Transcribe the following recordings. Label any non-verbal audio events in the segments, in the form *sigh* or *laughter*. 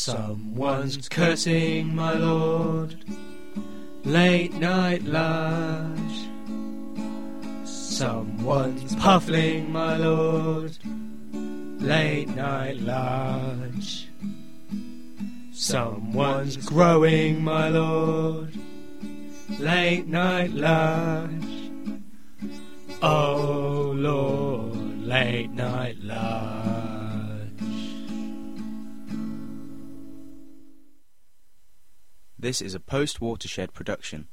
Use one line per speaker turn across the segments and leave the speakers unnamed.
Someone's cursing, my lord. Late night lash. Someone's puffling, my lord. Late night large. Someone's growing, my lord. Late night large. Oh lord, late night large.
This is a post watershed production.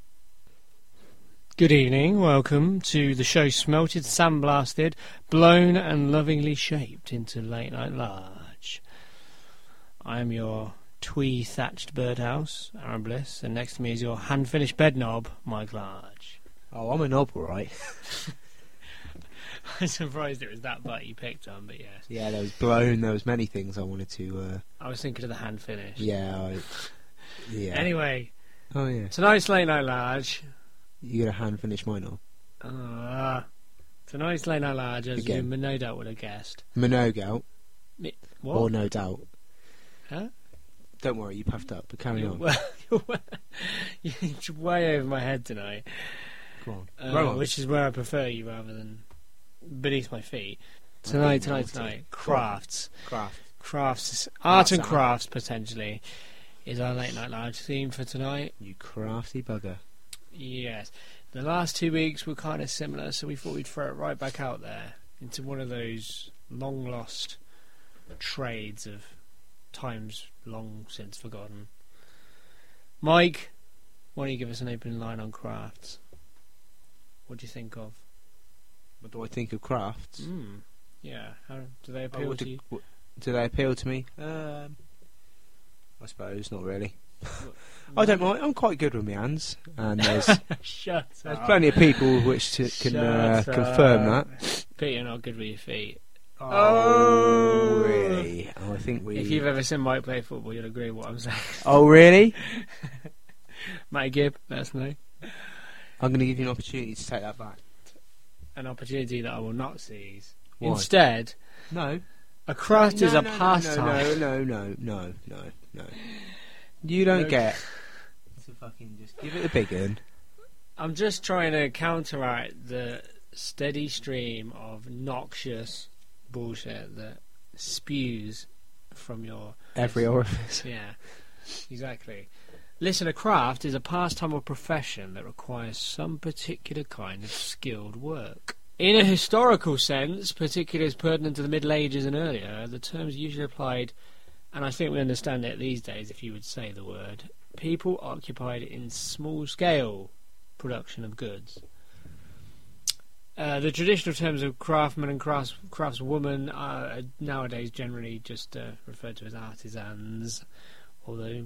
Good evening, welcome to the show Smelted, Sandblasted, Blown and Lovingly Shaped into Late Night Large. I'm your twee thatched birdhouse, Aaron Bliss, and next to me is your hand finished bed knob, Mike Large. *laughs*
Oh, I'm a knob, all right.
I'm surprised it was that butt you picked on, but yes.
Yeah, there was blown. There was many things I wanted to. Uh,
I was thinking of the hand finish.
yeah, I, yeah.
Anyway,
Oh yeah,
tonight's Late Night Large.
you gonna hand finish my knob?
Uh, tonight's Late Night Large, as
Again.
you no doubt would have guessed.
Monog out
Mi-
or
What?
no doubt?
Huh?
Don't worry, you puffed up. But carry
You're
on.
well- *laughs* You're way over my head tonight,
Come on.
uh,
Roll on.
which is where I prefer you rather than beneath my feet. Tonight, tonight,
naughty.
tonight, crafts,
Craft.
crafts, art and
Arts,
crafts potentially is our late night large theme for tonight.
You crafty bugger.
Yes, the last two weeks were kind of similar, so we thought we'd throw it right back out there into one of those long lost trades of times long since forgotten. Mike, why don't you give us an opening line on crafts? What do you think of?
What do I think of crafts?
Mm, yeah, how do they
Oh,
appeal
what
to
do-
you?
what- do they appeal to me? Um, I suppose not really.
Mm.
I don't mind. I'm quite good with my hands, and there's,
*laughs* Shut
there's
up.
plenty of people which to, can uh,
Shut
confirm that.
up. Peter, you're not good with your feet.
Oh,
Oh.
really? Oh, I think we.
If you've ever seen Mike play football, you'll agree with what I'm saying. *laughs*
Oh, really?
Mike Gibb, let us know.
I'm going to give you an opportunity to take that back.
an opportunity that I will not seize.
Why?
Instead,
No.
a craft is
No,
a
no, no,
pastime.
No, no, no, no, no, no. You don't
No.
get. To fucking just give it a big one.
I'm just trying to counteract the steady stream of noxious bullshit that spews from your
Every orifice.
*laughs* Yeah, exactly. Listen, a craft is a pastime or profession that requires some particular kind of skilled work. In a historical sense, particularly as pertinent to the Middle Ages and earlier, the terms usually applied, and I think we understand it these days if you would say the word, people occupied in small scale production of goods. Uh, the traditional terms of craftsman and crafts, craftswoman are uh, nowadays generally just uh, referred to as artisans, although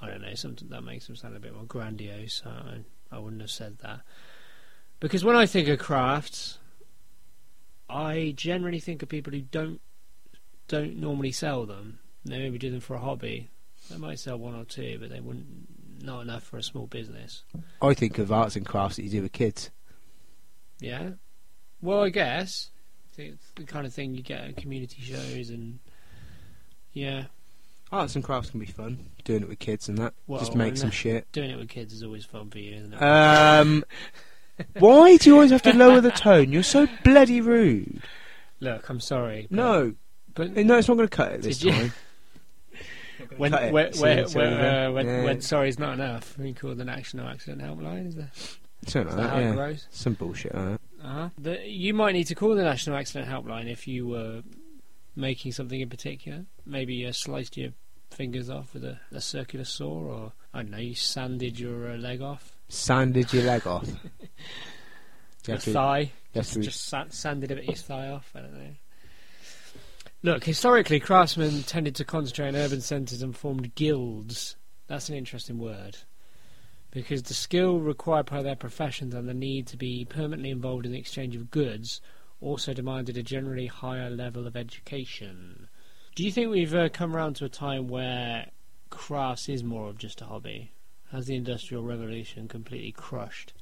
I don't know, something that makes them sound a bit more grandiose. I, I wouldn't have said that because when I think of crafts, I generally think of people who don't don't normally sell them. They maybe do them for a hobby. They might sell one or two, but they wouldn't not enough for a small business.
I think of arts and crafts that you do with kids.
Yeah. Well, I guess it's the kind of thing you get at community shows and yeah,
Arts and crafts can be fun. Doing it with kids and that.
Well,
just make
and-
some *laughs* shit.
doing it with kids is always fun for you, isn't it?
Um. Why do you always have to lower the tone? You're so bloody rude.
Look, I'm sorry. but-
No,
but
no, it's not going to cut it this
Did you-
time.
when
Cut it.
when
See
when,
you
when,
later.
uh, when,
Yeah.
when sorry's not enough, we call the National Accident Helpline. Is that,
Something
is
like
that
that,
how
yeah.
it grows?
Some bullshit like that.
Uh-huh. The, you might need to call the National Accident Helpline if you were making something in particular. Maybe you sliced your fingers off with a, a circular saw, or I don't know, you sanded your uh, leg off,
Sanded your
*laughs*
leg off. You
your
have to-
thigh,
you have to-
just sa- sanded a bit of your thigh off. I don't know. Look, historically, craftsmen tended to concentrate in urban centres and formed guilds. That's an interesting word. Because the skill required by their professions and the need to be permanently involved in the exchange of goods also demanded a generally higher level of education. Do you think we've uh, come round to a time where crafts is more of just a hobby? Has the Industrial Revolution completely crushed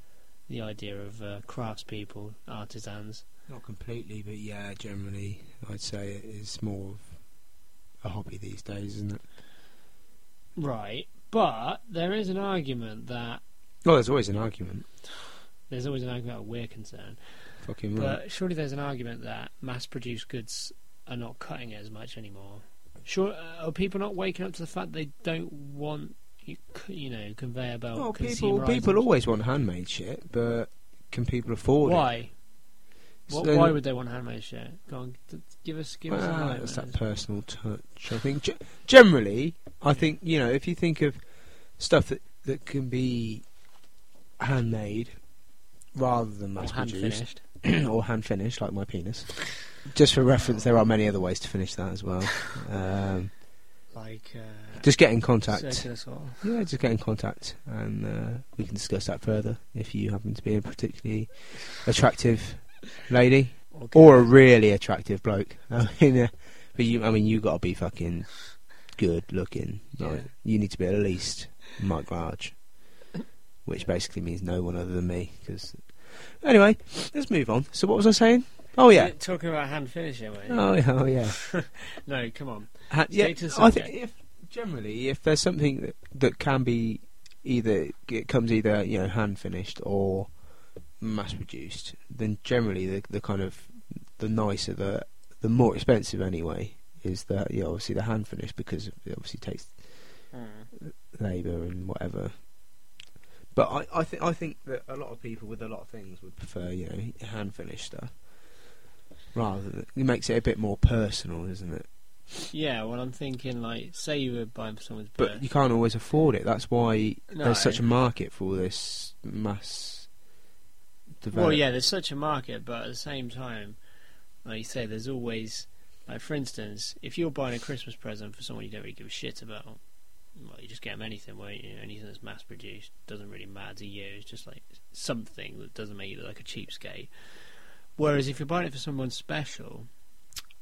the idea of uh, craftspeople, artisans?
Not completely, but yeah, generally, I'd say it is more of a hobby these days, isn't it?
Right. But there is an argument that
Well, there's always an argument.
there's always an argument that we're concerned.
Fucking right.
But surely there's an argument that mass-produced goods are not cutting it as much anymore. Sure, uh, are people not waking up to the fact they don't want you, c- you know conveyor belt?
well, people
consumer
people
items?
always want handmade shit, but can people afford it?
why?
So
Wh-
then-
why would they want handmade shit? Go on, d- give us give us an
Well,
argument.
it's that personal touch. I think ge- generally, I think you know, if you think of stuff that that can be handmade rather than
Or
mass produced
hand-finished.
*clears throat* or hand finished, like my penis. Just for reference, there are many other ways to finish that as well. Um,
like uh,
just get in contact.
circular sort of-
Yeah, just get in contact, and uh, we can discuss that further if you happen to be a particularly attractive lady
Okay.
or a really attractive bloke. *laughs* I mean, uh, but you, I mean, you got to be fucking good looking. Like,
Yeah.
You need to be at least Mike Large, which basically means no one other than me. Because anyway, let's move on. So what was I saying? Oh yeah,
Talking about hand finishing, mate.
oh yeah, oh yeah.
No, come on.
Ha-
Stay
yeah,
to the
I
subject.
think if generally if there's something that, that can be either it comes either you know hand finished or mass produced, then generally the the kind of the nicer the the more expensive anyway is that you know, obviously the hand finished because it obviously takes labour and whatever. But I, I think I think that a lot of people with a lot of things would prefer you know hand finished stuff rather than it makes it a bit more personal, isn't it?
Yeah, well, I'm thinking like, say you were buying for someone's
But
birth.
you can't always afford it. That's why
No.
there's such a market for all this mass development.
well, yeah, there's such a market, but at the same time, like you say, there's always, like for instance, if you're buying a Christmas present for someone you don't really give a shit about, well, you just get them anything, won't you? Anything that's mass produced doesn't really matter to you. It's just like something that doesn't make you look like a cheapskate. Whereas if you're buying it for someone special,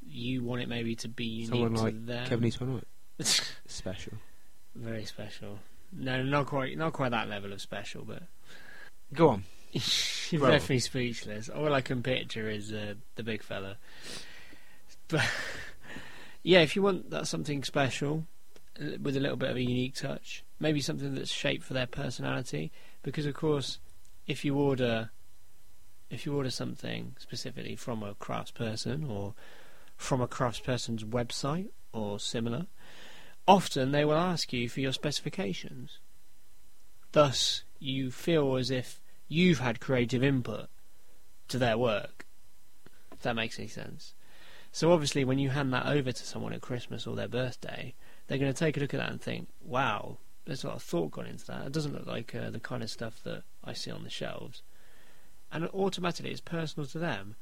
you want it maybe to be unique
Someone
to
like
them.
Kevin E. Eastman, right?
*laughs*
Special.
Very special. No, not quite, not quite that level of special, but
Go on.
You've
Well-
left me speechless. All I can picture is uh, the big fella. But *laughs* yeah, if you want that something special uh, with a little bit of a unique touch, maybe something that's shaped for their personality, because of course, if you order, if you order something specifically from a craftsperson or from a craftsperson's website or similar, often they will ask you for your specifications. Thus, you feel as if you've had creative input to their work. If that makes any sense. So obviously, when you hand that over to someone at Christmas or their birthday, they're going to take a look at that and think, "Wow, there's a lot of thought gone into that. It doesn't look like uh, the kind of stuff that I see on the shelves." And automatically, it's personal to them.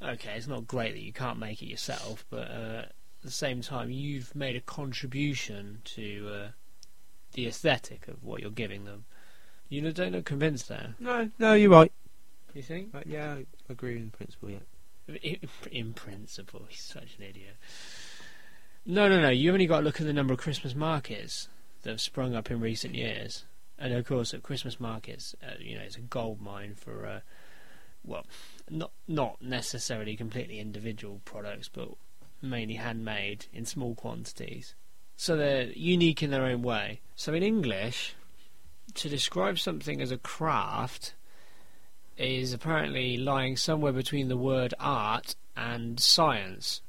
Okay, it's not great that you can't make it yourself, but uh, at the same time, you've made a contribution to uh, the aesthetic of what you're giving them. You don't look convinced there.
No, no, you're right.
You think?
Uh, yeah, I agree in principle. Yeah.
In, in principle, he's such an idiot. No, no, no. You only got to look at the number of Christmas markets that have sprung up in recent years, and of course, at Christmas markets, uh, you know, it's a gold mine for, uh, well, not not necessarily completely individual products, but mainly handmade in small quantities. So they're unique in their own way. So in English, to describe something as a craft is apparently lying somewhere between the word art and science,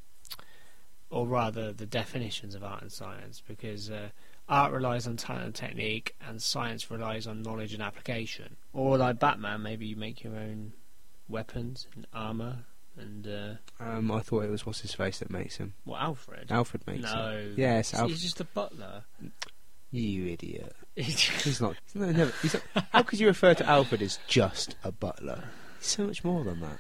or rather the definitions of art and science, because uh, art relies on talent and technique, and science relies on knowledge and application. Or like Batman, maybe you make your own weapons and armor, and uh,
Um, I thought it was what's his face that makes him.
well, Alfred.
Alfred makes him.
no,
Yes,
he's,
Alf-
he's just a butler.
You idiot.
He's- *laughs*
He's not. No, never. He's not how could you refer to Alfred as just a butler? He's so much more than that.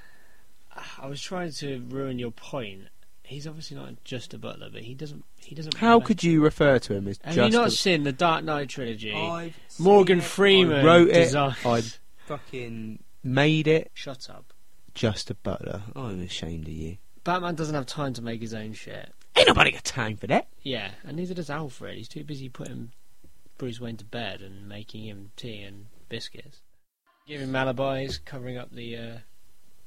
I was trying to ruin your point. He's obviously not just a butler, but he doesn't. He doesn't.
How
really-
could you refer to him as
Have
just?
you not
a-
seen the Dark Knight trilogy?
I've
Morgan
seen it.
Freeman
I wrote it.
designed-
I fucking made it.
Shut up.
Just a butler. I'm ashamed of you.
Batman doesn't have time to make his own shit.
Ain't nobody got time for that.
Yeah, and neither does Alfred. He's too busy putting Bruce Wayne to bed and making him tea and biscuits, giving him alibis, covering up the uh,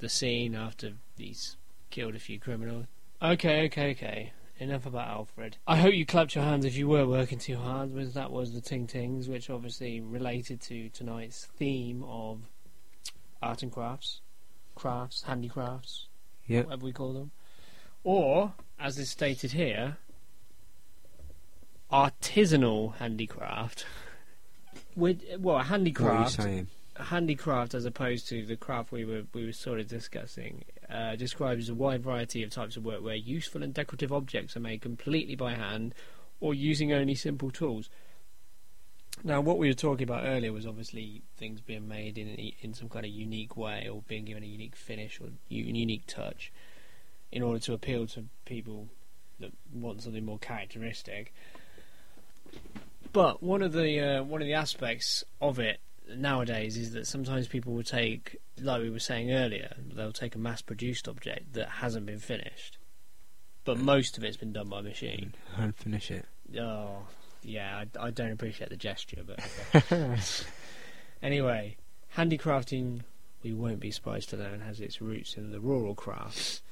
the scene after he's killed a few criminals. Okay, okay, okay. Enough about Alfred. I hope you clapped your hands if you were working too hard, because that was the Ting Tings, which obviously related to tonight's theme of art and crafts, crafts, handicrafts,
Yep.
whatever we call them. Or, as is stated here, artisanal handicraft. *laughs* With, well, a
What are you
handicraft
saying?
handicraft as opposed to the craft we were we were sort of discussing uh, describes a wide variety of types of work where useful and decorative objects are made completely by hand or using only simple tools. Now, what we were talking about earlier was obviously things being made in in some kind of unique way or being given a unique finish or u- unique touch in order to appeal to people that want something more characteristic. But one of the uh, one of the aspects of it nowadays is that sometimes people will take, like we were saying earlier, they'll take a mass-produced object that hasn't been finished, but most of it's been done by machine.
Hand finish it.
Oh, yeah, I, I don't appreciate the gesture, but *laughs* anyway, handicrafting, we won't be surprised to learn, has its roots in the rural crafts,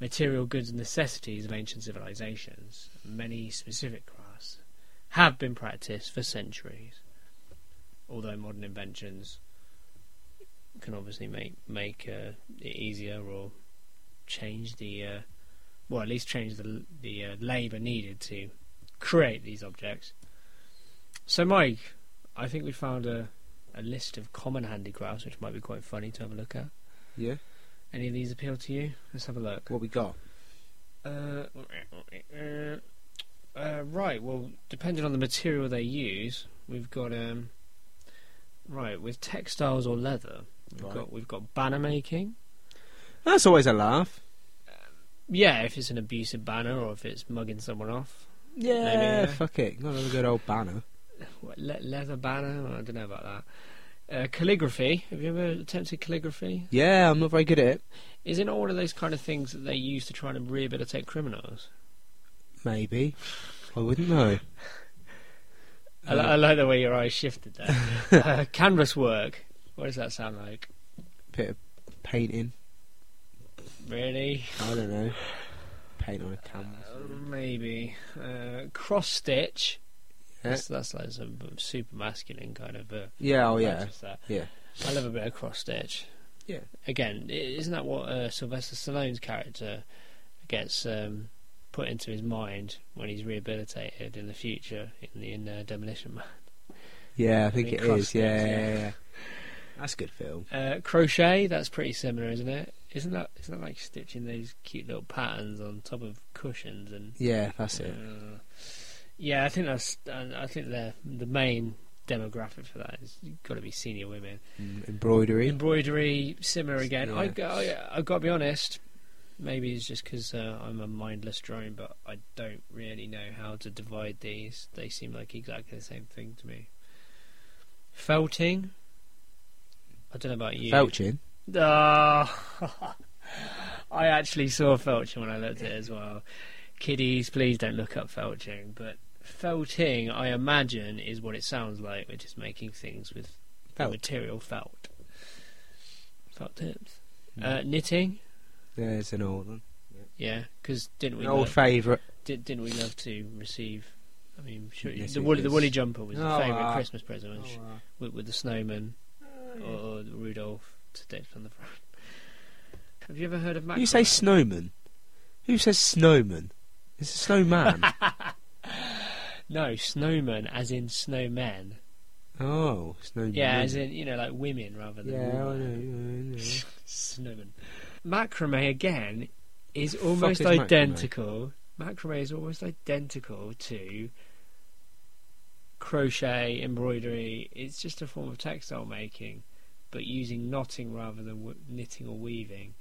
material goods and necessities of ancient civilizations. Many specific crafts have been practiced for centuries, although modern inventions can obviously make make uh, it easier or change the uh, well, at least change the the uh, labour needed to create these objects. So, Mike, I think we found a, a list of common handicrafts, which might be quite funny to have a look at.
yeah.
Any of these appeal to you? Let's have a look.
What we got?
Uh, uh, right, well, depending on the material they use, we've got. Um, right, with textiles or leather, we've,
Right.
got, we've got banner making.
That's always a laugh.
Yeah, if it's an abusive banner or if it's mugging someone off.
Yeah.
Maybe, uh,
Fuck it. Got another good old banner.
What, le- leather banner? I don't know about that. Uh, calligraphy. Have you ever attempted calligraphy?
Yeah, I'm not very good at it.
Is it all of those kind of things that they use to try and rehabilitate criminals?
Maybe. I wouldn't know.
I,
Uh,
li- I like the way your eyes shifted
*laughs*
there. uh, canvas work. What does that sound like?
Bit of painting.
Really?
I don't know. Paint on a canvas.
Uh, maybe. Uh, cross stitch.
Yeah.
That's, that's like some super masculine kind of. Uh,
Yeah. Oh yeah.
practice there.
Yeah.
I love a bit of cross stitch.
Yeah.
Again, i- isn't that what uh, Sylvester Stallone's character gets um, put into his mind when he's rehabilitated in the future in, the, in uh, Demolition Man?
Yeah, I think
Any
it is.
crosswords,
Yeah,
yeah.
yeah, yeah. That's a good film.
Uh, crochet, that's pretty similar, isn't it? Isn't that isn't that like stitching those cute little patterns on top of cushions and?
Yeah, that's it.
Uh, yeah, I think that's I I think the the main demographic for that is got to be senior women.
Mm, Embroidery.
Embroidery, similar again. I,
Yeah.
g- I I got to be honest. Maybe it's just because uh, I'm a mindless drone, but I don't really know how to divide these. They seem like exactly the same thing to me. Felting. I don't know about you.
Felching.
Ah, *laughs* I actually saw felching when I looked at it as well. Kiddies, please don't look up felching. But felting, I imagine, is what it sounds like, which is making things with the
Felt.
material felt. Felt tips.
Mm.
Uh, knitting,
There's an old one.
yeah, because didn't we
An old
love,
favourite.
did, didn't we love to receive? I mean, sure,
Yes,
the
it
woolly the
is.
woolly jumper was the
Oh,
favourite
ah.
Christmas present which- with, with the snowman or, or Rudolph stitched on the front. Have you ever heard of Mac?
You say snowman. Who says snowman? It's
*laughs*
a snowman.
No, snowman, as in snowmen.
oh, snowman.
Yeah, as in you know, like women rather than
Yeah, I know. I
women.
know, I know.
snowman. Macrame again is
Fuck
almost
is macrame?
identical. Macrame is almost identical to crochet, embroidery. It's just a form of textile making, but using knotting rather than w- knitting or weaving.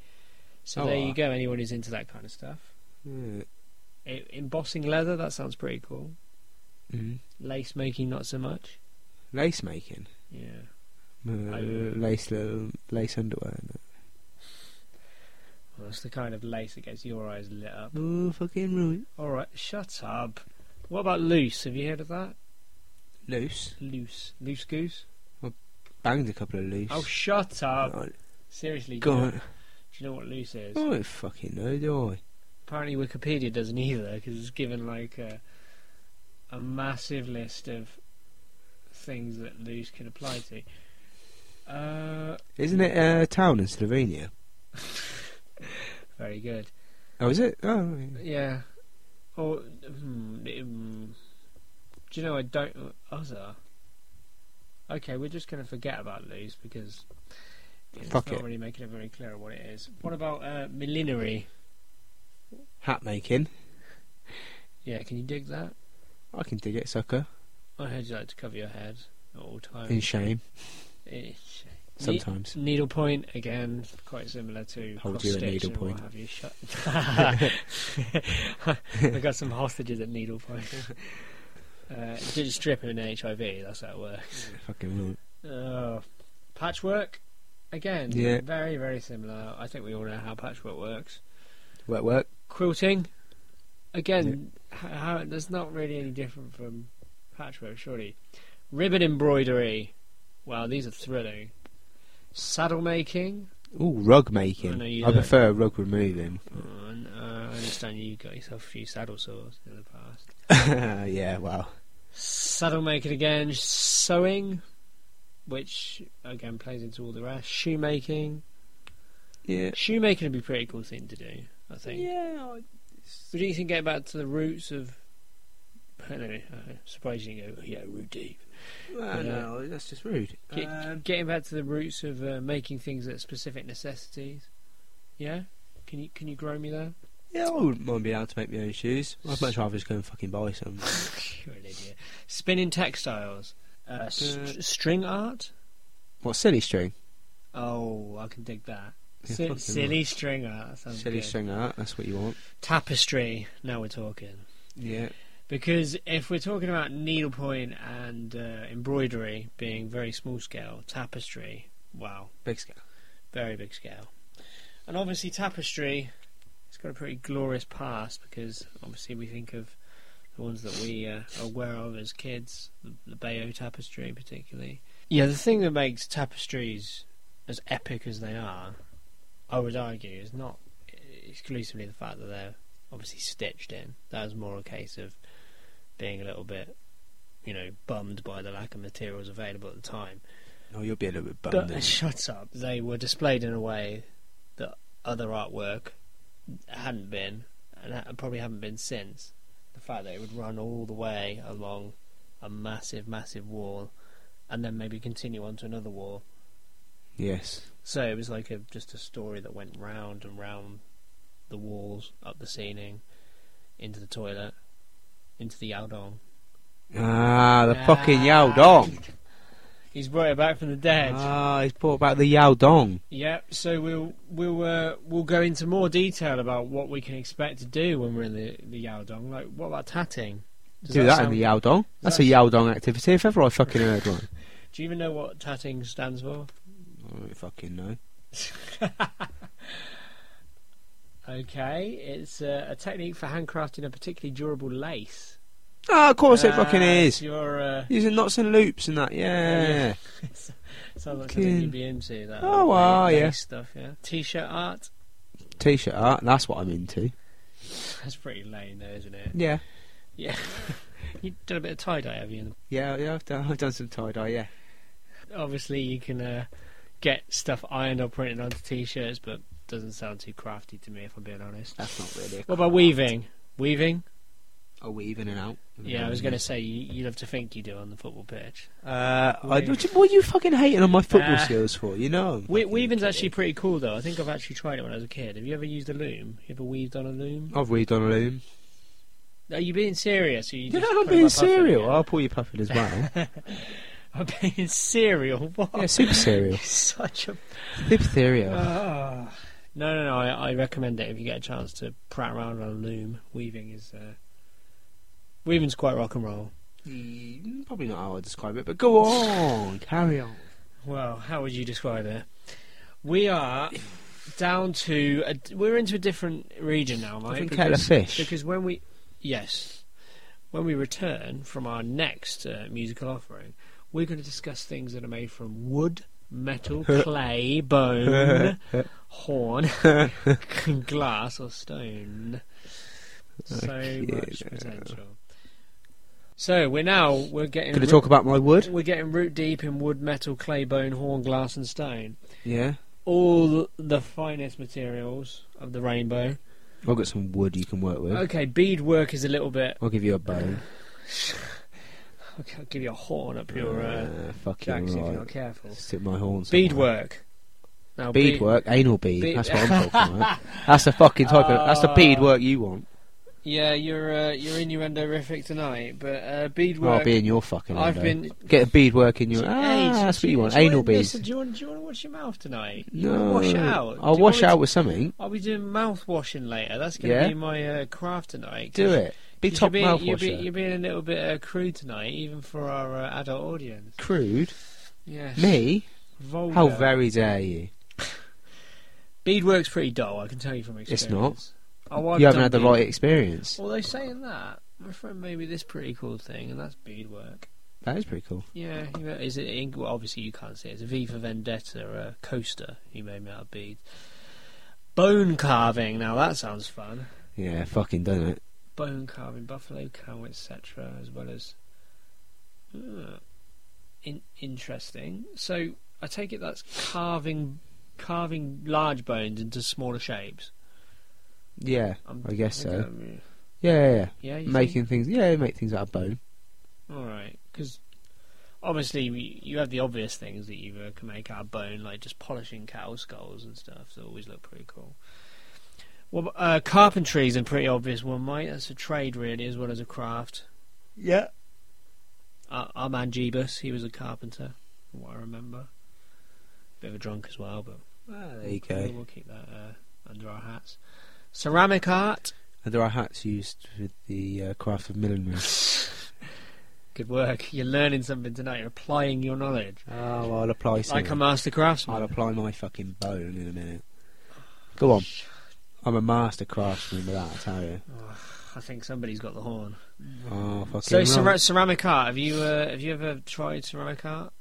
So
Oh,
there
ah.
you go. Anyone who's into that kind of stuff.
Yeah.
E- embossing leather, that sounds pretty cool.
Mm.
Lace making, not so much.
Lace making.
Yeah.
Uh,
I-
lace, little, lace underwear. innit?
Well, that's the kind of lace that gets your eyes lit up.
Oh, fucking right.
All right, shut up. What about loose? Have you heard of that?
Loose.
Loose, loose goose.
Banged a couple of loose.
Oh, shut up!
Right,
Seriously,
Go
do you, know,
on.
do
Oh.
you know what loose is?
I don't fucking know, do I?
Apparently, Wikipedia doesn't either because it's given like a, a massive list of things that these can apply to. Uh,
Isn't it a town in Slovenia?
very good.
Oh, is it? Oh, yeah.
Yeah. Or hmm, um, do you know I don't other? Okay, we're just going to forget about these because it's
Fuck
not
it.
really making it very clear what it is. What about uh, millinery?
hat making.
Yeah, can you dig that?
I can dig it, sucker.
I heard you like to cover your head at all times.
In shame,
Ish. Ne-
sometimes.
needlepoint again, quite similar to
Hold
cross
you at
stitch and what
needlepoint.
have you. Shut.
*laughs*
*laughs* I got some hostages at needlepoint. *laughs* Uh, just stripping and HIV. That's how it works.
*laughs* Fucking right.
Oh, patchwork again.
Yeah.
Very very similar. I think we all know how patchwork works.
Wet work.
Quilting again. h- How, that's not really any different from patchwork, surely. Ribbon embroidery. Wow, these are thrilling. Saddle making.
Ooh, rug
I
making.
know you
I
don't.
prefer rug removing. *laughs*
Oh, and, uh, I understand you got yourself a few saddle sores in the past.
yeah, well,
Saddle making again, sewing, which again plays into all the rest. Shoemaking,
yeah,
shoemaking would be a pretty cool thing to do, I think.
yeah. I-
But do you think get back to the roots of? I don't know. I'm surprised you go, yeah, root deep.
Well, no, that's just rude.
Get,
Um,
getting back to the roots of uh, making things at specific necessities. Yeah, can you can you grow me
*laughs*
there?
yeah, I wouldn't mind being able to make my own shoes. I'd much rather just go and fucking buy some.
You're an idiot. Spinning textiles, uh, st- string art.
what silly string?
Oh, I can dig that.
Yeah,
Si-
fucking
silly string art. that sounds
Silly
good.
string art. That's what you want.
Tapestry. Now we're talking.
Yeah.
Because if we're talking about needlepoint and uh, embroidery being very small scale, tapestry, wow,
Big scale.
very big scale. And obviously, tapestry, it's got a pretty glorious past because obviously we think of the ones that we uh, are aware of as kids, the, the Bayeux tapestry particularly. Yeah, the thing that makes tapestries as epic as they are, I would argue, is not exclusively the fact that they're obviously stitched in. That was more a case of being a little bit, you know, bummed by the lack of materials available at the time.
Oh, you'll be a little bit bummed.
But
then.
shut up. They were displayed in a way that other artwork hadn't been, and ha- probably haven't been since. The fact that it would run all the way along a massive, massive wall, and then maybe continue onto another wall.
Yes.
So it was like a just a story that went round and round the walls, up the ceiling, into the toilet, into the Yaodong.
Ah, the fucking
Ah.
Yao Dong.
He's brought it back from the dead.
Ah, he's brought back the Yao Dong.
Yeah, so we'll we'll uh, we'll go into more detail about what we can expect to do when we're in the the Yaodong. Like, what about tatting? Does
Do that,
sound-
in the Yao Dong. That's
that-
a Yao Dong activity if ever I fucking heard one.
Do you even know what tatting stands for?
I don't fucking know.
Okay, it's uh, a technique for handcrafting a particularly durable lace.
Ah, of course it
Ah,
fucking is.
Your uh,
Using knots and loops and that, yeah.
Yeah. sounds like something
Fucking-
you'd be into. That la-
Oh, wow,
lace
yeah.
stuff. Yeah, t-shirt art. *laughs*
T-shirt art, that's what I'm into.
That's pretty lame, though, isn't it?
Yeah.
Yeah. you done a bit of tie dye, have you? in the
Yeah, yeah, I've done, I've done some tie-dye, yeah.
obviously you can uh, get stuff ironed or printed onto t-shirts, but doesn't sound too crafty to me if I'm being honest.
That's not really a
What about weaving? Weaving?
Oh, weaving and out.
Yeah, I was
Mm.
going to say you, you'd have to think you do on the football pitch.
Uh, I,
Weave.
what are you fucking hating on my football
Ah.
skills for? You know. I'm
We-
fucking
weaving's
kidding.
actually pretty cool though. I think I've actually tried it when I was a kid. Have you ever used a loom? You ever weaved on a loom?
I've weaved on a loom.
Are you being serious? Or you
You
just
know, *laughs* I'm
putting my
being
puff in
serial.
again?
I'll pull your puffin as well. *laughs*
I'm being *laughs* serial. What?
yeah, super
*laughs*
serial.
You're Such a
Super serial.
Ah. no, no, no. I, I recommend it if you get a chance to prat around on a loom. Weaving is uh, weaving's quite rock and roll.
Mm, Probably not how I describe it, but go on, carry on.
Well, how would you describe it? We are down to a, we're into a different region now, mate.
Different kettle of fish.
Because when we yes, when we return from our next uh, musical offering, we're going to discuss things that are made from wood
*laughs*
metal, clay, bone, horn, glass, or stone. So much
Okay.
potential. So we're now we're getting
Going to
ri-
talk about my wood?
we're getting root deep in wood, metal, clay, bone, horn, glass, and stone.
Yeah.
All the finest materials of the rainbow.
I've got some wood you can work with.
Okay, beadwork is a little bit.
I'll give you a bone.
Okay, I'll give you a horn up your uh,
Uh, fuck you,
jacks if you're
right.
not careful.
Stick my horn. somewhere.
Beadwork. Now, bead-
Beadwork, anal bead.
bead-
That's what
*laughs*
I'm talking about. That's the fucking type of. That's the
Ah.
beadwork you want.
Yeah, you're uh, you're innuendorific tonight, but uh,
I'll
beadwork.
be in your fucking.
I've
window.
been.
Get a beadwork in your.
Hey,
Ah, that's
do
what you want.
do
Anal
wanna-
beads.
Listen, do you want do you want to wash your mouth tonight? You wanna
No.
wash out.
I'll
Do you
wash
want me
out
to-
with something.
I'll be doing mouth washing later. That's going to
Yeah?
be my uh, craft tonight.
Do it. Be
You should
top
be-
mouth
you're, be-
washer.
you're being a little bit uh, crude tonight, even for our uh, adult audience. *laughs*
Crude.
Yeah.
Me?
Vulgar.
How very dare you?
Beadwork's pretty dull, I can tell you from experience.
It's not.
Oh, I've
you haven't
done
had the
bead-
right experience.
Although saying that, my friend made me this pretty cool thing, and that's beadwork.
That is pretty cool.
Yeah, he made, is it ink? Well, obviously you can't see it. It's a V for Vendetta uh, coaster he made me out of beads. Bone carving. Now that sounds fun.
Yeah, fucking done it.
bone carving, buffalo cow, etc., as well as Ah, in- interesting. So I take it that's carving carving large bones into smaller shapes.
Yeah,
I'm,
I guess
think
so.
I'm-
Yeah, yeah,
yeah,
yeah.
you
Making things. Yeah, make things out of bone.
all right because. Obviously, we- you have the obvious things that you uh, can make out of bone, like just polishing cow skulls and stuff. That always look pretty cool. Well, uh, carpentry is a pretty obvious one, mate. That's a trade, really, as well as a craft.
Yeah.
Ar- Uh, Armand Jeebus, he was a carpenter, from what I remember. Bit of a drunk as well, but
there
we'll-
you go.
we'll keep that uh, under our hats. Ceramic art,
And Uh, there are hats used with the uh, craft of millinery.
good work. *laughs* You're learning something tonight. You're applying your knowledge,
Oh, *laughs* I'll apply some.
like a master
I'll
craftsman.
apply my fucking bone in a minute. Go on. I'm a master craftsman with that, I tell you.
I think somebody's got the horn.
Oh, fucking
Mm. So
right.
cera- ceramic art. Have you uh, have you ever tried ceramic art?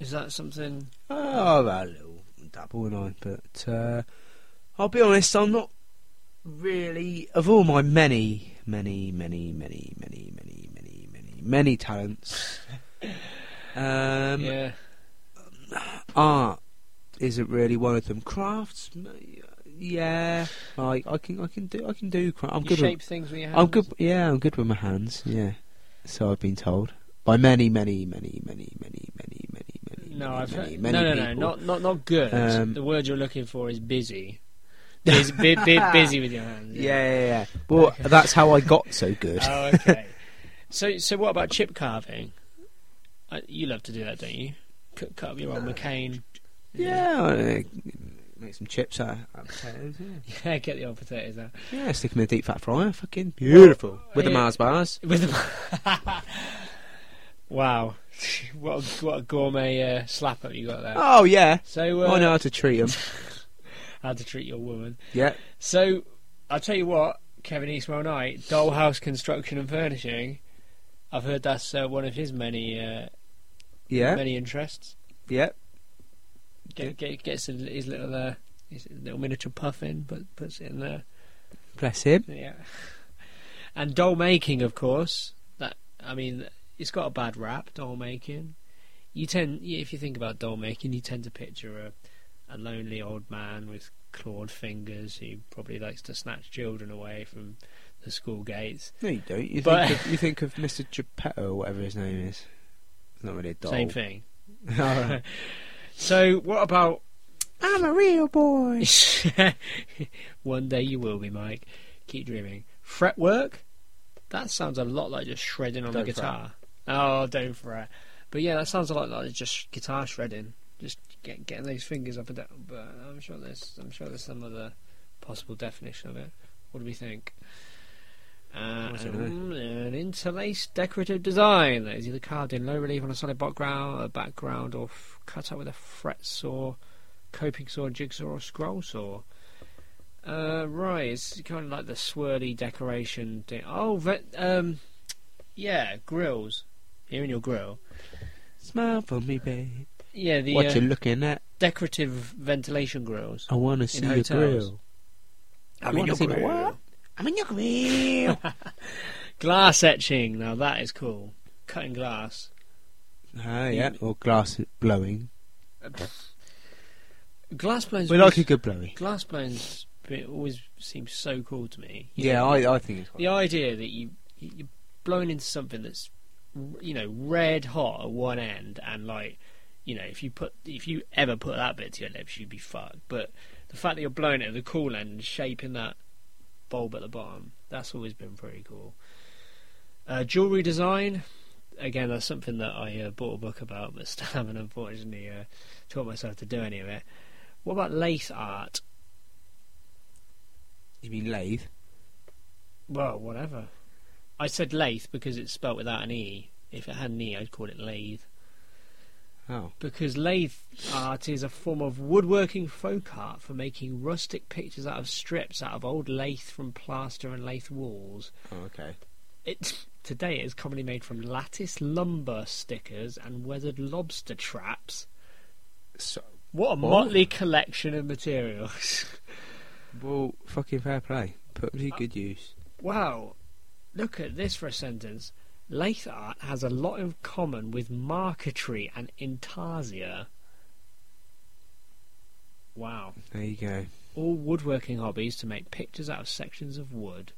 Is that something?
Oh, I've had a little dabble and I, but uh, I'll be honest, I'm not really. Of all my many, many, many, many, many, many, many, many,
*laughs*
many talents, um,
yeah,
art isn't really one of them. Crafts, m- yeah, like I can, I can do, I can do. Cra- I'm
you
good.
shape
With,
things with your hands.
I'm good. Yeah, I'm good with my hands. Yeah, so I've been told by many, many, many, many, many, many, many, many,
No,
many,
I've
many,
heard,
many
no, no,
people.
no, not not not good.
Um,
the word you're looking for is busy. Busy, bu-
*laughs*
bu- busy with your hands.
Yeah, yeah, yeah. Well, that's how I got so good.
Oh, okay. so, so what about chip carving? Uh, you love to do that, don't you? Cut, cut up your old McCain.
*laughs* yeah, I, uh, make some chips out of potatoes. Yeah.
*laughs* Yeah, get the old potatoes out.
yeah, stick them in a deep fat fryer. Fucking beautiful with the
oh, yeah.
Mars bars.
With the... *laughs* wow, *laughs* what a, what a gourmet uh, slap up you got there.
Oh yeah,
So, uh,
I know how to
*laughs*
treat them.
how to treat your woman.
yeah,
So, I'll tell you what, Kevin Eastwell Knight, Dollhouse Construction and Furnishing. I've heard that's uh, one of his many uh,
yeah,
many interests.
yeah.
Get, get, gets his his little uh, his little miniature puff in, but puts it in there.
Bless him.
Yeah. And doll making, of course. That I mean, it's got a bad rap. Doll making. You tend, yeah, if you think about doll making, you tend to picture a, a lonely old man with clawed fingers who probably likes to snatch children away from the school gates.
No, you don't. You
But-
think of, you think of Mr. Geppetto, or whatever his name is. It's not really a doll.
Same
*laughs*
thing.
All right.
So, what about?
I'm a real boy.
*laughs* One day you will be, Mike. Keep dreaming. Fretwork. That sounds a lot like just shredding on the
Don't fret.
guitar. Oh, don't fret. But yeah, that sounds a lot like just guitar shredding, just get, getting those fingers up and down. But I'm sure there's, I'm sure there's some other possible definition of it. What do we think? Uh,
I don't
um, an interlaced decorative design that is either carved in low relief on a solid background, a background, or f- cut out with a fret saw, coping saw, jigsaw, or scroll saw. Uh, right, it's kind of like the swirly decoration thing. Oh, ve- um, yeah, grills. Here in your grill.
Smile for me, babe.
yeah, the
what
uh,
you looking at?
decorative ventilation grills.
I want to see your
hotels.
grill.
I
wanna see the what? I'm in your
*laughs*
grill.
Glass etching. Now that is cool. Cutting glass.
ah, yeah. Or glass blowing.
Glass blowing.
We like a good blowing.
glass blowing. It always seems so cool to me. You
Yeah,
know,
I, I think it's quite
the idea that you you- you're blown into something that's you know red hot at one end and like you know if you put if you ever put that bit to your lips you'd be fucked but the fact that you're blowing it at the cool end and shaping that bulb at the bottom that's always been pretty cool uh, jewelry design again that's something that I uh, bought a book about but *laughs* still haven't unfortunately uh, taught myself to do any of it what about lace art
You mean lathe?
Well, whatever. I said lathe because it's spelt without an e. If it had an e, I'd call it lathe.
Oh.
Because lathe art is a form of woodworking folk art for making rustic pictures out of strips out of old lathe from plaster and lathe walls.
Oh, okay.
It today it is commonly made from lattice lumber stickers and weathered lobster traps.
So,
What a
What?
motley collection of materials. *laughs*
well, fucking fair play. Put them to good use.
Wow, look at this for a sentence. Lathe art has a lot in common with marquetry and intarsia. Wow.
There you go.
All woodworking hobbies to make pictures out of sections of wood.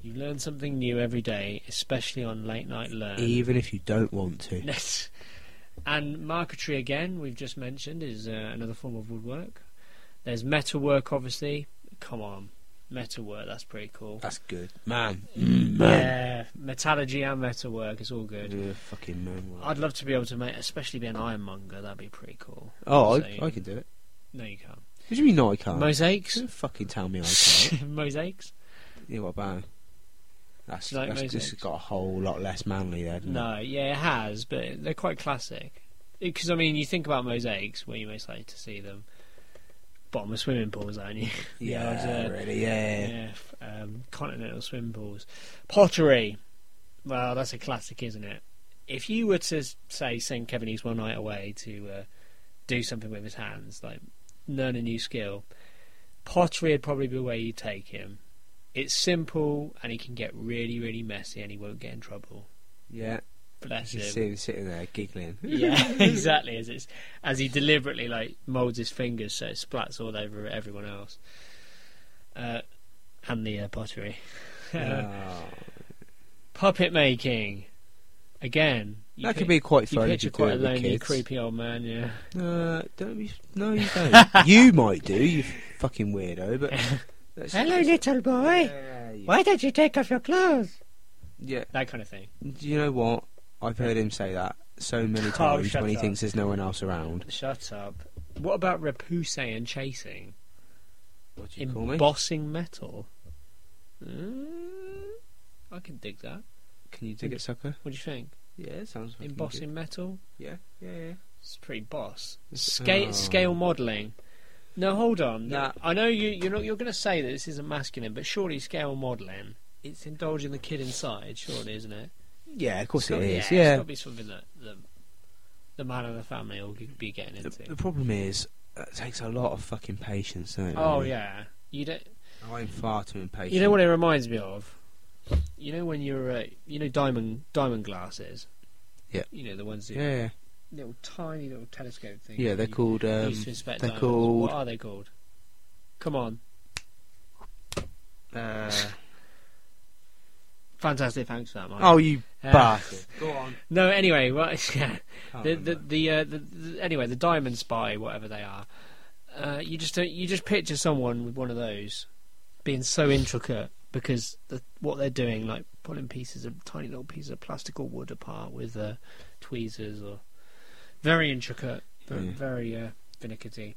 You learn something new every day, especially on late night learn.
Even if you don't want to.
Yes. *laughs* And marquetry again, we've just mentioned, is uh, another form of woodwork. There's metalwork, obviously. Come on, metalwork, that's pretty cool.
That's good. Man. Mm, man.
Yeah, metallurgy and metalwork, it's all good.
Yeah, fucking man.
I'd love to be able to make, especially be an ironmonger, that'd be pretty cool.
oh,
So-
I, I can do it.
No, you can't.
What do you mean no, I can't?
Mosaics?
Don't fucking tell me
*laughs*
I can't.
Mosaics?
yeah, what about him? That's,
Do you like
that's this
mosaics?
has got a whole lot less manly there. doesn't
No, yeah, it has, but they're quite classic. Because, I mean, you think about mosaics, where you most like to see them? Bottom of swimming pools, aren't you?
it?
The
Yeah,
odd, uh,
really, yeah.
yeah, f- um, continental swimming pools. Pottery. Well, that's a classic, isn't it? If you were to say send Kevin East one night away to uh, do something with his hands, like learn a new skill, pottery would probably be where you take him. It's simple and he can get really, really messy and he won't get in trouble.
Yeah,
Bless
just
him.
sitting, sitting there giggling. *laughs*
Yeah, *laughs* exactly. As it's as he deliberately like molds his fingers so it splats all over everyone else, uh, and the uh, pottery. *laughs*
Oh.
puppet making. Again, you
that
pic-
could be quite
you
fun if
picture
you do
quite a
it with
lonely,
kids.
creepy old man. Yeah,
Uh, don't be, no, you
*laughs*
don't. you might do, you fucking weirdo. But that's-
little boy.
Yeah, you-
don't you take off your clothes?
Yeah,
That kind of thing.
do you know what? I've heard him say that so many
Oh,
times
shut
when he
up.
thinks there's no one else around.
Shut up. What about repousse and chasing?
What do you call me?
Embossing metal. Mm, I can dig that.
Can you dig it, sucker?
What do you think?
Yeah, it sounds. fucking
Embossing metal.
good. Yeah, yeah, yeah.
It's pretty boss.
It's-
Scale,
oh.
scale modelling. No, hold on.
Nah.
I know you. You're not. You're going to say that this isn't masculine, but surely scale modelling. It's indulging the kid inside, surely, isn't it?
Yeah, of course
It's
it
gotta-
is.
Yeah, it's
Yeah.
got to be something that the, the man of the family will g- be getting
The, the
into.
problem is, uh, it takes a lot of fucking patience. Don't it,
Oh
really?
yeah. You don't.
I'm far too impatient.
You know what it reminds me of? You know when you're, uh, you know, diamond diamond glasses.
Yeah.
You know the ones that
Yeah,
little tiny little telescope things.
yeah.
that
They're
you-
called.
you
Um,
used to inspect
they're
diamonds.
called.
What are they called? Come on.
Uh,
Fantastic, thanks for that, Mike.
oh, you
Uh,
bastard! Oh, Go on.
*laughs* No, anyway, *laughs* well, yeah,
Can't
the the
remember.
the, uh, the, the anyway the diamond spy, whatever they are. Uh, you just don't, you just picture someone with one of those being
*laughs*
so intricate because the, what they're doing, like pulling pieces of tiny little pieces of plastic or wood apart with uh, tweezers, or very intricate, but
Yeah.
very uh, finicky.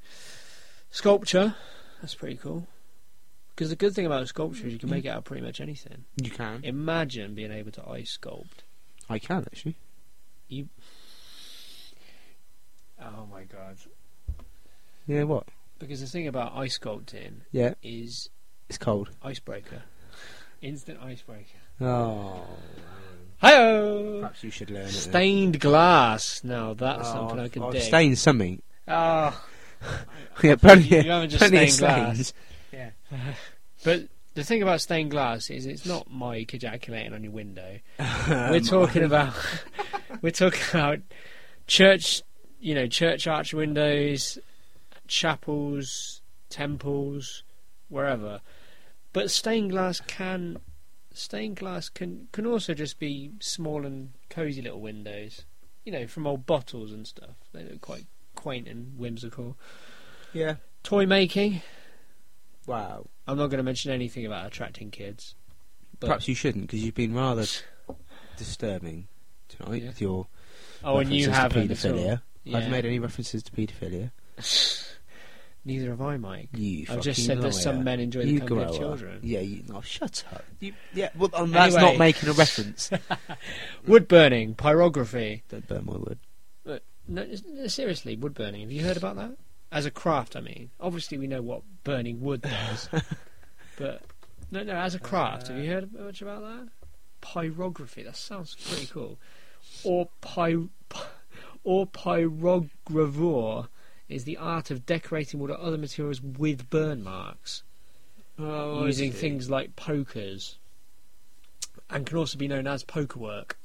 Sculpture, that's pretty cool. Because the good thing about sculpture is
Mm.
you can make it out of pretty much anything.
you can.
Imagine being able to ice sculpt.
I can actually.
Oh my god.
Yeah. What?
Because the thing about ice sculpting
Yeah.
is
It's cold.
icebreaker. Instant icebreaker.
Oh.
Hi-oh!
Perhaps you should learn it. then.
Stained glass. Now that's
Oh,
something I
I've-
can
I've
dig.
stained something. *laughs*
Oh,
yeah, plenty,
you haven't just
plenty of
stained glass.
stains.
but the thing about stained glass is it's not Mike ejaculating on your window. we're talking about *laughs* we're talking about church, you know, church arch windows, chapels, temples, wherever. But stained glass can stained glass can can also just be small and cosy little windows, you know, from old bottles and stuff. They look quite quaint and whimsical.
Yeah.
Toy making.
Wow.
I'm not going to mention anything about attracting kids. But-
Perhaps you shouldn't because you've been rather disturbing tonight
Yeah.
with your
Oh, and you haven't.
references
at
to
all.
paedophilia.
Yeah.
I've made any references to paedophilia.
Neither have I, Mike.
You
I've just
fucking
said
liar.
that some men enjoy the
you
company
grower.
of children.
Yeah, you, oh, shut up. You, yeah, well, um, that's
Anyway.
not making a
*laughs*
reference.
Wood burning, pyrography.
Don't burn my wood.
No, s- no, seriously, wood burning. Have you heard about that? As a craft, I mean. Obviously, we know what burning wood does, but no, no. As a craft, have you heard much about that? Pyrography. That sounds pretty cool. Or py, *laughs* or pyrogravure is the art of decorating wood or other materials with burn marks.
Oh,
using things like pokers, and can also be known as poker work.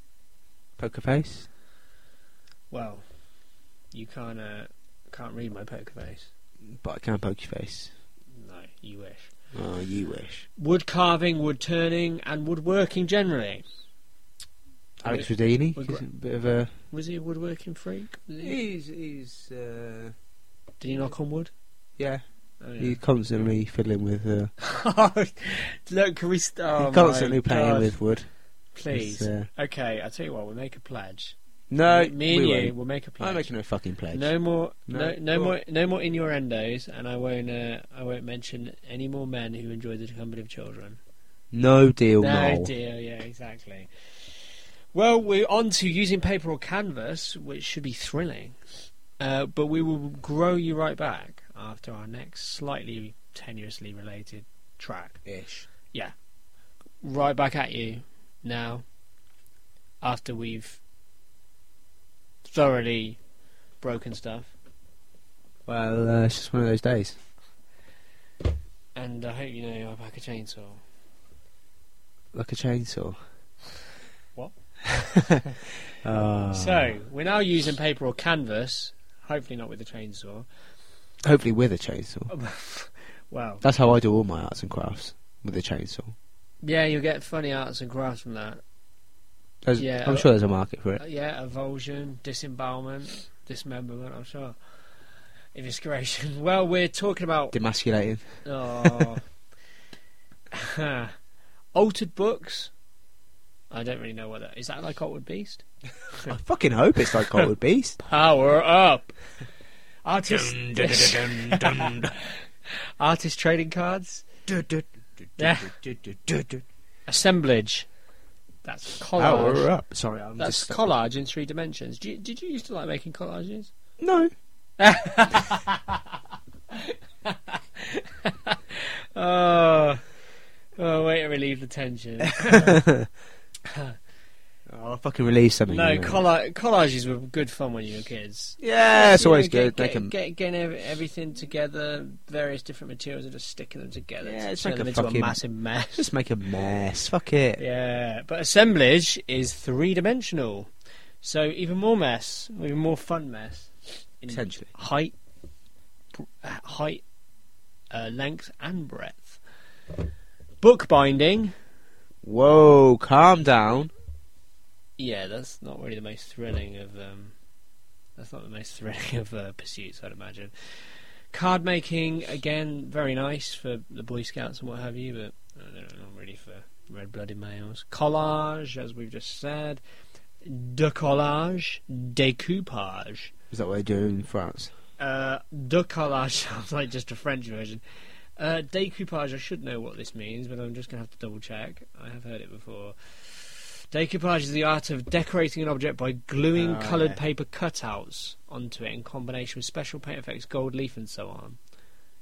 Poker face.
Well, you can't uh, can't read my poker face.
But I can poke your face.
No, you wish.
Oh, you wish.
Wood carving, wood turning, and woodworking generally.
Alex Rodini,
we're
he's a
gra-
bit of a.
Was he a woodworking freak? Was he-
He's he's uh,
Did he knock on wood?
yeah,
Oh,
He's
*laughs*
constantly fiddling with. Uh,
yeah. Look, can we start?
he's constantly playing with wood.
Oh Please.
It's, uh,
Okay, I tell you what. We'll make a pledge.
no,
me, me and
we
you.
won't.
We'll make a pledge.
I'm making no fucking pledge.
No more, no,
No,
no,
go
more, no more innuendos, and I won't, uh, I won't mention any more men who enjoy the company of children.
No deal,
no,
no.
dear, yeah, exactly. Well, we're on to using paper or canvas, which should be thrilling. Uh, but we will grow you right back after our next slightly tenuously related track.
Ish.
Right back at you now, after we've thoroughly broken stuff.
Well, uh, it's just one of those days.
And I hope you know I pack a chainsaw.
Like a chainsaw.
What?
*laughs* Ah.
So we're now using paper or canvas. Hopefully not with a chainsaw.
Hopefully with a chainsaw.
Well,
That's how I do all my arts and crafts, with a chainsaw.
yeah, you'll get funny arts and crafts from that.
There's-
Yeah,
I'm
uh,
sure there's a market for it.
Uh, yeah, avulsion, disembowelment, dismemberment. I'm sure. Evisceration. *laughs* Well, we're talking about *laughs*
Demasculating.
oh, altered books. I don't really know what that is. That like Otwood Beast?
I fucking hope it's like
*laughs*
Cold Beast.
Power up. *laughs* Artist.
*laughs*
Artist trading cards. Yeah. assemblage. That's collage.
Power up. Sorry, I'm
Oh, That's
just...
collage in three dimensions. Did you, did you used to like making collages?
No.
Oh, oh wait to relieve the tension.
Oh, I'll fucking release something.
no,
in a minute.
colla- collages were good fun when you were kids.
Yeah, it's
You know,
always
get-
good. They
get-
can-
get- getting ev- everything together, various different materials, and just sticking them together
Yeah,
to
it's
turn
like
them
a
into a
fucking-
massive mess. *laughs*
*laughs* Just make a mess. Fuck it.
Yeah, but assemblage is three dimensional, so even more mess, even more fun mess. In
Potentially.
height, br- uh, height, uh, length, and breadth. Book binding.
Whoa, calm down.
Yeah, that's not really the most thrilling of. Um, that's not the most *laughs* thrilling of uh, pursuits, I'd imagine. Card making again, very nice for the Boy Scouts and what have you, but I don't know, not really for red-blooded males. Collage, as we've just said. Decollage, decoupage.
Is that what they do in France?
Uh, decollage *laughs* sounds like just a French version. Uh, decoupage, I should know what this means, but I'm just going to have to double check. I have heard it before. Decoupage is the art of decorating an object by gluing
Ah,
coloured
yeah.
paper cutouts onto it in combination with special paint effects, gold leaf, and so on.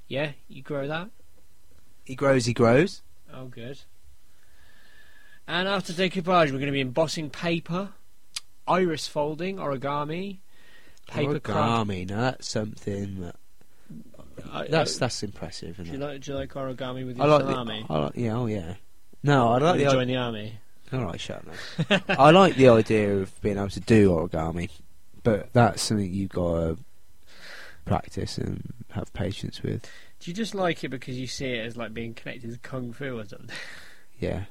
Yeah, you grow that?
He grows, he grows.
Oh, good. And after decoupage, we're going to be embossing paper, iris folding, origami, paper craft. Uh,
origami. Now that's something that
I-
that's that's impressive.
do you
Isn't it?
like do you like origami with
I
your
like
salami?
the. I like, yeah. Oh yeah. No, I like
Will you
the.
join the army.
All right, shut up. I like the idea of being able to do origami, but that's something you've got to practice and have patience with.
Do you just like it because you see it as like being connected to kung fu or something? *laughs*
Yeah,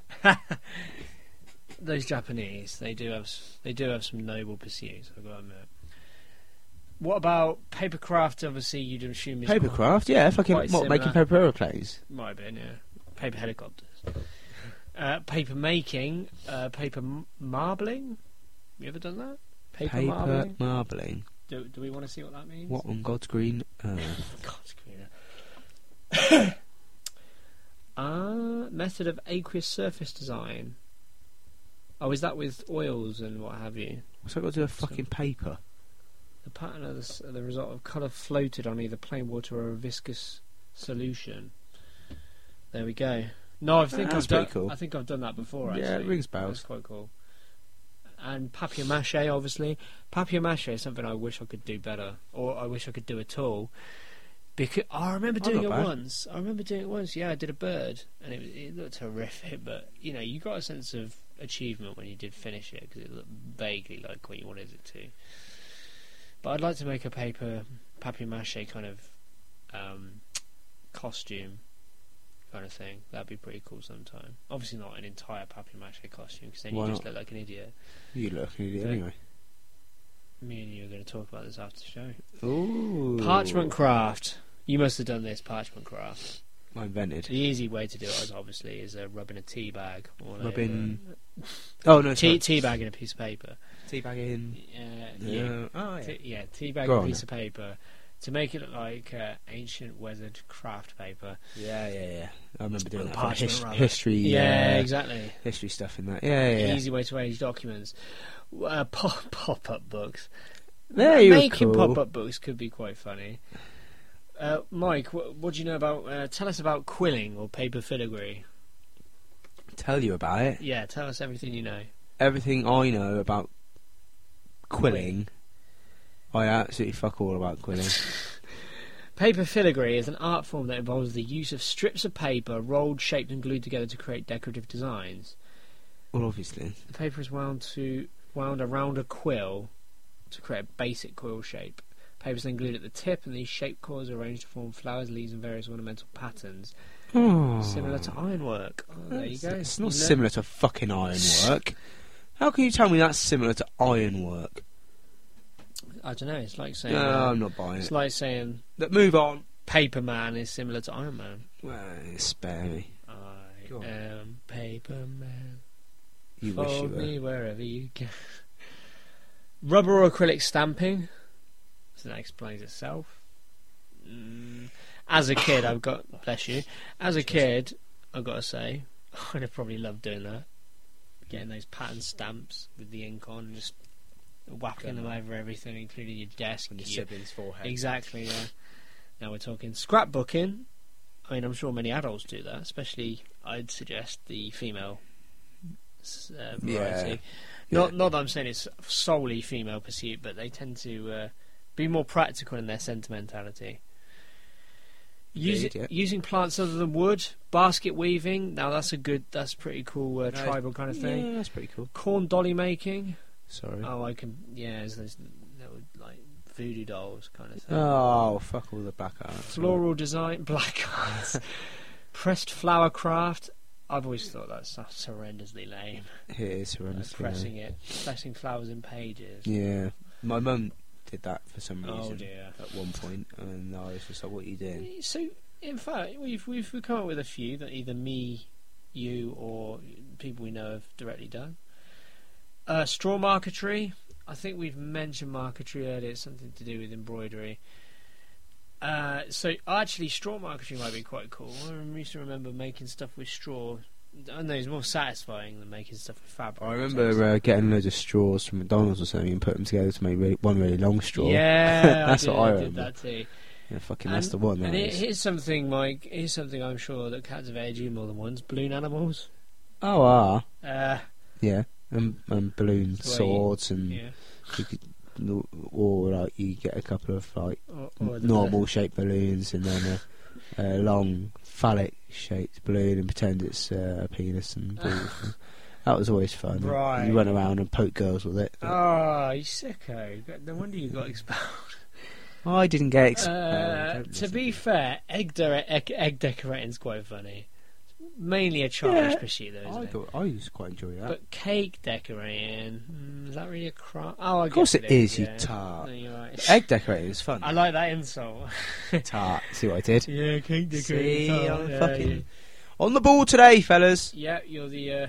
Those Japanese, they do have s- they do have some noble pursuits. I've got to admit. What about paper craft? Obviously, you'd assume is
paper
quite-
craft. Yeah, fucking
Quite
what, making
similar.
paper aeroplanes.
Might have been, yeah. Paper helicopters. Uh, paper making, uh, paper m- marbling. You ever done that? Paper,
Paper
marbling.
marbling.
Do, do we want to see what that means?
What on God's green earth?
God, Karina. *coughs* Ah, method of aqueous surface design. Oh, is that with oils and what have you?
What's that got to do with fucking paper?
The pattern of the, s- the result of colour floated on either plain water or a viscous solution. There we go. No, I think
Oh, That's
I've done.
pretty cool.
I think I've done that before.
Yeah, it
actually.
rings bells.
That's quite cool. And papier mâché, obviously. Papier mâché is something I wish I could do better, or I wish I could do at all. Because I remember
Oh,
doing it
not bad.
once. I remember doing it once. Yeah, I did a bird, and it, it looked horrific. But you know, you got a sense of achievement when you did finish it because it looked vaguely like what you wanted it to. But I'd like to make a paper papier mâché kind of um, costume kind of thing. That'd be pretty cool sometime. Obviously, not an entire papier mâché costume because then
Why
you just
not?
look like an idiot.
You look at it
Yeah.
anyway.
Me and you are going to talk about this after the show.
Ooh.
Parchment craft. You must have done this parchment craft.
I invented.
The easy way to do it is obviously is uh, rubbing a tea bag all
Rubbing.
over.
Oh
tea
no, sorry.
tea bag in a piece of paper.
teabagging.
Uh, yeah,
Yeah. Oh yeah.
T- yeah, teabag
Go
a
on
piece of paper to make it look like uh, ancient weathered craft paper.
Yeah, yeah, yeah. I remember doing
Or
that for
parchment
his-
rather.
history.
Yeah,
uh,
exactly.
History stuff in that. Yeah, yeah. yeah.
Easy way to age documents. Uh, *laughs* pop pop up books.
There you
Making
go.
pop up books could be quite funny. Uh, Mike, what, what do you know about? Uh, tell us about quilling or paper filigree.
Tell you about it.
Yeah, tell us everything you know.
Everything I know about quilling, I absolutely fuck all
*laughs*
about quilling.
Paper filigree is an art form that involves the use of strips of paper rolled, shaped, and glued together to create decorative designs.
well, obviously.
The paper is wound to wound around a quill to create a basic quill shape. Paper is then glued at the tip, and these shape coils are arranged to form flowers, leaves, and various ornamental patterns,
Oh.
similar to ironwork. Oh, there you
It's-
go.
It's not
You know-
similar to
*laughs*
fucking ironwork. How can you tell me that's similar to ironwork?
I don't know. It's like saying.
No,
uh,
I'm not buying
it's
it.
like saying
Let- move on.
Paper Man is similar to Iron Man.
Well, spare me.
I
Go on.
am Paper Man.
You wish you
Fold
were.
Oh, me wherever you can. Rubber or acrylic stamping. So that explains itself. Mm, As a kid, I've got bless you. As a kid, I've got to say, *laughs* I'd have probably loved doing that. Getting those pattern stamps with the ink on, and just whacking them over everything, including your desk,
On your
your
sibling's forehead.
Exactly. Yeah. Now we're talking scrapbooking. I mean, I'm sure many adults do that, especially I'd suggest the female s- uh, variety.
Yeah.
Not
Yeah.
not that I'm saying it's solely female pursuit, but they tend to uh, be more practical in their sentimentality. Using
Indeed, yeah.
using plants other than wood, basket weaving. Now that's a good, that's pretty cool uh,
Nice.
tribal kind of thing.
Yeah, that's pretty cool.
Corn dolly making.
Sorry.
Oh, I can. Yeah, there's those little, like voodoo dolls kind of thing.
Oh, fuck all the black art.
Floral design, *laughs* black arts, pressed flower craft. I've always thought that's that's horrendously lame.
It is horrendous.
Like pressing it, pressing flowers in pages.
Yeah. My mum did that for some reason.
Oh dear.
At one point, and I was just like, "What are you doing?"
So, in fact, we've we've come up with a few that either me, you, or people we know have directly done. Uh, straw marquetry. I think we've mentioned marquetry earlier. It's something to do with embroidery. Uh, so actually, straw marquetry might be quite cool. I rem- used to remember making stuff with straw. I know it's more satisfying than making stuff with fabric.
I remember uh, getting loads of straws from McDonald's or something and put them together to make really, one really long straw.
Yeah,
*laughs* That's
I did,
what I
did
remember.
that too.
Yeah, fucking, that's the one.
And
that
here-
is.
here's something, Mike. Here's something I'm sure that cats have aired you more than once: balloon animals.
Oh, ah,
Uh,
yeah, and, and balloon
That's where you-
swords and
yeah.
you could, or like you get a couple of like
Or, or the-
normal shaped balloons and then a, a long phallic shaped balloon and pretend it's uh, a
*laughs*
penis and balls. that was always fun.
Right.
You went around and poked girls with it.
Ah, you sicko. No wonder you got expelled.
I didn't get
Uh,
exp- oh, don't
to be
listen.
fair, egg, de- egg, egg decorating's quite funny. Mainly a childish
Yeah.
pursuit, though,
I
isn't it?
thought I used to quite enjoy that.
But cake decorating, mm, is that really a crime? Oh, I
of course
guess
it is, you
yeah.
tart.
*laughs* No, you're right.
Egg decorating is fun.
I like that insult. *laughs*
*laughs* tart. See what I did?
yeah, cake
See,
tart.
I'm
yeah,
fucking on the ball today, fellas.
Yeah, you're the uh,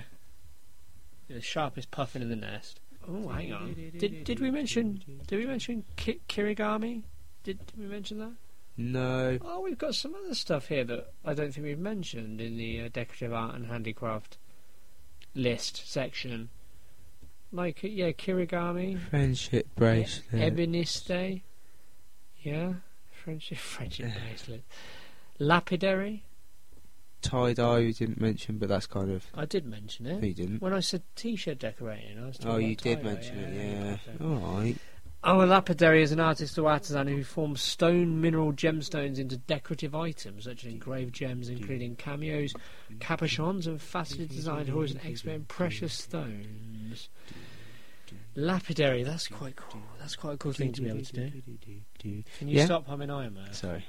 the sharpest puffin in the nest. Oh, hang on. Did did we mention did we mention ki- kirigami? Did, did we mention that?
No.
Oh, we've got some other stuff here that I don't think we've mentioned in the uh, decorative art and handicraft list section. Like uh, yeah, kirigami,
Friendship bracelet.
eboniste, yeah, *laughs* friendship friendship bracelet, lapidary.
Tie dye you didn't mention, but that's kind of
I did mention it.
no, you didn't.
When I said t-shirt decorating, I was talking
Oh,
about
you did
tie-dye,
mention
yeah,
it, yeah.
yeah.
All right.
Oh, a lapidary is an artist or artisan who forms stone mineral gemstones into decorative items, such as engraved gems, including cameos, capuchons, and faceted designed horns and expert in precious stones. Lapidary, that's quite cool. That's quite a cool thing to be able to do. Can you
Yeah.
stop humming Iron Man?
Sorry.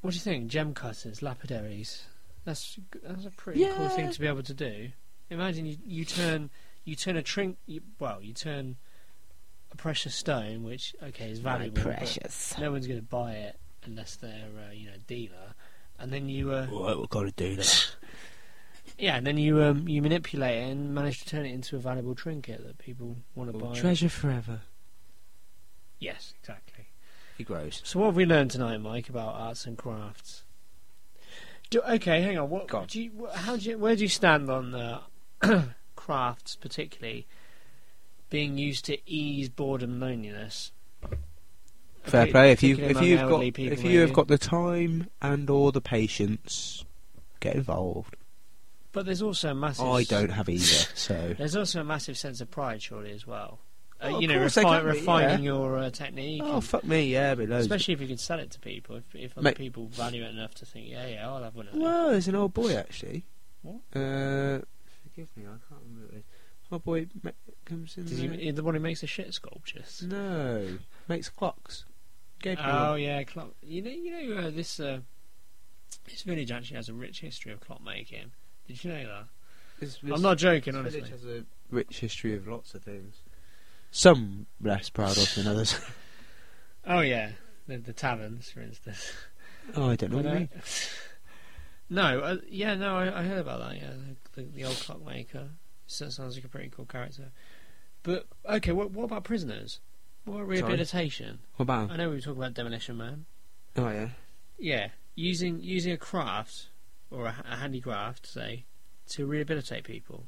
What do you think? Gem cutters, lapidaries. That's that's a pretty cool thing
Yeah.
to be able to do. Imagine you, you turn you turn a trink. You, well, you turn a precious stone, which okay is valuable. but No one's going to buy it unless they're uh, you know a dealer. And then you uh,
Alright, we've got to do that.
*laughs* yeah, and then you um, you manipulate it and manage to turn it into a valuable trinket that people want to buy.
treasure forever.
Yes, exactly.
He grows.
So what have we learned tonight, Mike, about arts and crafts? Do, okay, hang on. What
Go on.
do you? wh- How do you? Where do you stand on uh, *clears throat* crafts, particularly being used to ease boredom, and loneliness?
Fair
Partic-
play. If you
particularly
if
among
you've got
elderly people,
if you have
maybe.
got the time and or the patience, get involved.
But there's also a massive.
I don't have either,
*laughs*
so
There's also a massive sense of pride, surely, as well. Uh,
Oh,
you
of
know,
course there
refi-
can be,
refining your uh, technique.
oh
and-
fuck me, yeah, but loads.
especially if you can sell it to people. If, if other
Mate-
people value it enough to think, yeah, yeah, I'll have one of those.
Well, there's an old boy actually.
What?
Uh, forgive me, I can't remember. It. Old boy ma- comes in.
Does
the-
he, the one who makes the shit sculptures?
No, makes clocks. Gave me
Mm. Oh
one.
yeah, clock. You know, you know uh, this uh, this village actually has a rich history of clock making. Did you know that?
This-
I'm
this-
not joking,
this
honestly.
village has a rich history of lots of things. Some less proud of than others.
Oh yeah, the, the taverns, for instance.
*laughs* oh, I don't know.
But,
what I
uh,
mean.
*laughs* no, uh, yeah, no, I, I heard about that. Yeah, the, the, the old clockmaker. So sounds like a pretty cool character. But okay, what, what about prisoners? What about rehabilitation?
What about?
I know we were talking about demolition man.
Oh yeah.
Yeah, using using a craft or a, a handicraft, say, to rehabilitate
*laughs*
people.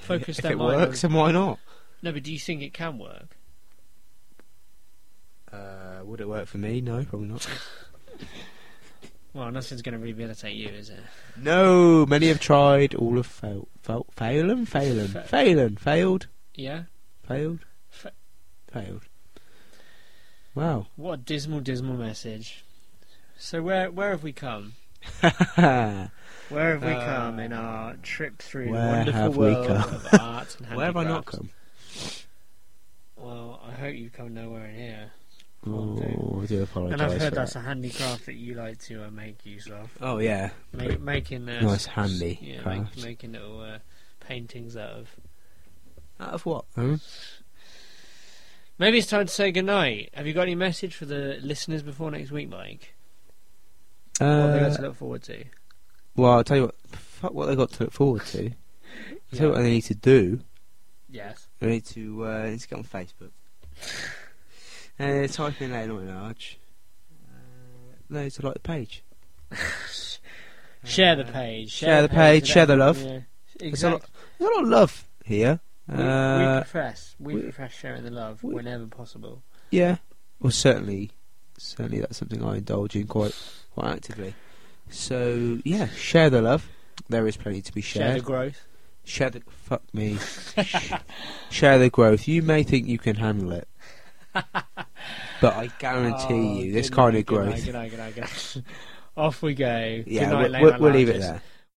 Focus
if
their
it
mind
works,
on.
then why not?
No, but do you think it can work?
Uh, would it work for me? No, probably not.
Well, nothing's going to rehabilitate you, is it?
*laughs* no, many have tried, all have failed. Fail, failing, failing,
Fa-
failing, failed,
Yeah.
failed,
Fa-
failed. *laughs* Wow.
What a dismal, dismal message. So where where have we come?
Where
Where have we
Uh,
come in our trip through
where
the wonderful
have we
world
come? *laughs*
of art and handicraft?
have I not come?
Well, I hope you've come nowhere in here.
Oh, I do apologise.
and I've heard
for
that's
that.
a handicraft that you like to uh, make use of.
Oh yeah,
Make, making uh,
Nice handy
yeah, make,
crafts.
making little uh, paintings out of.
out of what? Hmm?
Maybe it's time to say goodnight. Have you got any message for the listeners before next week, Mike? what they got
Uh,
to look forward to?
well, I'll tell you what. Fuck what they got to look forward to. I'll tell you what they need to do.
Yes.
They need to uh, need to get on Facebook. uh, type in Late Night Large. Uh, no, to like the page.
*laughs* Share the page.
Share the page,
with
share the
everyone,
love.
yeah.
a lot-
Exactly.
There's a lot of love here.
We, we
Uh,
profess. We,
we-
profess sharing the love
we-
whenever possible.
yeah. Well, certainly, certainly that's something I indulge in quite quite actively. So yeah, share the love. there is plenty to be
Share the
shared.
growth.
Share the fuck me. Share the growth. You may think you can handle it, but I guarantee
Oh,
you, this
good
kind
night,
of growth. *laughs*
Good night, good night, good night, good night. Off we go. good night,
Yeah, we'll,
Leyland
we'll, we'll leave it
Lounges.
there.